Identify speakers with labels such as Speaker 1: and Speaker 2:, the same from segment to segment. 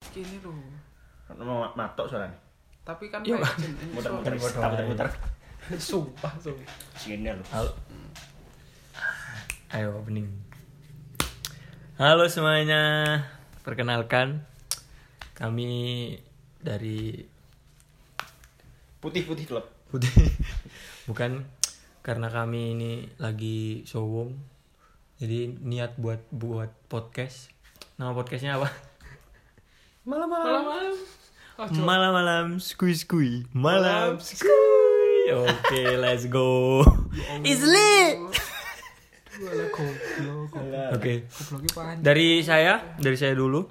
Speaker 1: Kini lho.
Speaker 2: Mau matok suarane.
Speaker 1: Tapi kan
Speaker 3: Iya,
Speaker 1: kayak
Speaker 3: Pak.
Speaker 1: jenenge
Speaker 2: Muter-muter
Speaker 3: Wis,
Speaker 2: muter muter. muter.
Speaker 1: Sumpah, sumpah.
Speaker 2: Sini lho.
Speaker 3: Halo. Ayo opening. Halo semuanya. Perkenalkan kami dari
Speaker 2: Putih-putih klub.
Speaker 3: Putih. Bukan karena kami ini lagi showroom. Jadi niat buat buat podcast. Nama podcastnya apa? Malam-malam.
Speaker 1: Malam-malam. Oh, Ojo.
Speaker 3: Malam-malam skui skui. Malam skui. Oke, let's go. It's lit.
Speaker 1: Wala goblok.
Speaker 3: Oke.
Speaker 2: Oke.
Speaker 1: Gobloknya panjang.
Speaker 3: Dari saya, dari saya dulu.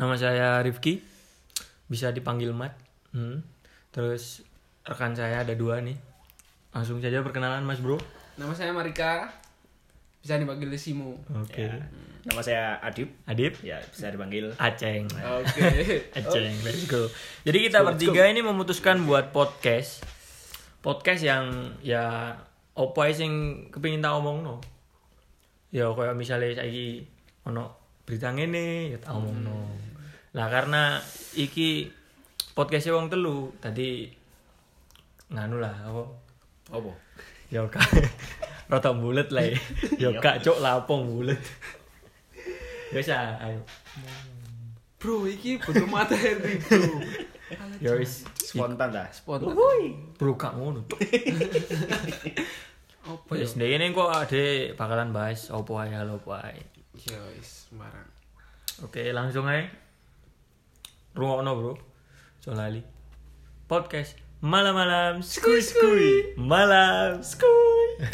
Speaker 3: Nama saya Rifki. Bisa dipanggil Mat. Hmm. Terus rekan saya ada dua nih. Langsung saja perkenalan Mas Bro. Oke.
Speaker 1: Nama saya Marika. Bisa dipanggil Simo.
Speaker 2: Ya. Nama saya Adib.
Speaker 3: Ya. Adip,
Speaker 2: Ya, bisa dipanggil.
Speaker 3: Aceng.
Speaker 1: Oke.
Speaker 3: Aceng, Oh. let's go. Jadi kita bertiga ini memutuskan buat podcast. Podcast yang ya opo ae sing kepengin tak omongno. Ya kayak misalnya saiki ono berita ngene ya tak omongno. Nah, karena iki podcastnya wong telu, tadi nganu lah apa
Speaker 2: Opo?
Speaker 3: ya kak rata bulet lah ya. ya kak cok lapong bulet biasa ayo
Speaker 1: Bro, iki butuh materi, bro.
Speaker 3: ya wis
Speaker 2: Spontan dah.
Speaker 1: Spontan.
Speaker 3: bro kak ngono
Speaker 1: Apa ya?
Speaker 3: Wis ndek ini kok ade bakalan bahas opo ae hal opo ae.
Speaker 1: Ya wis, sembarang.
Speaker 3: Oke, langsung ae. Rungokno, Bro. Ojo lali. Podcast malam-malam skui skui. Malam skui.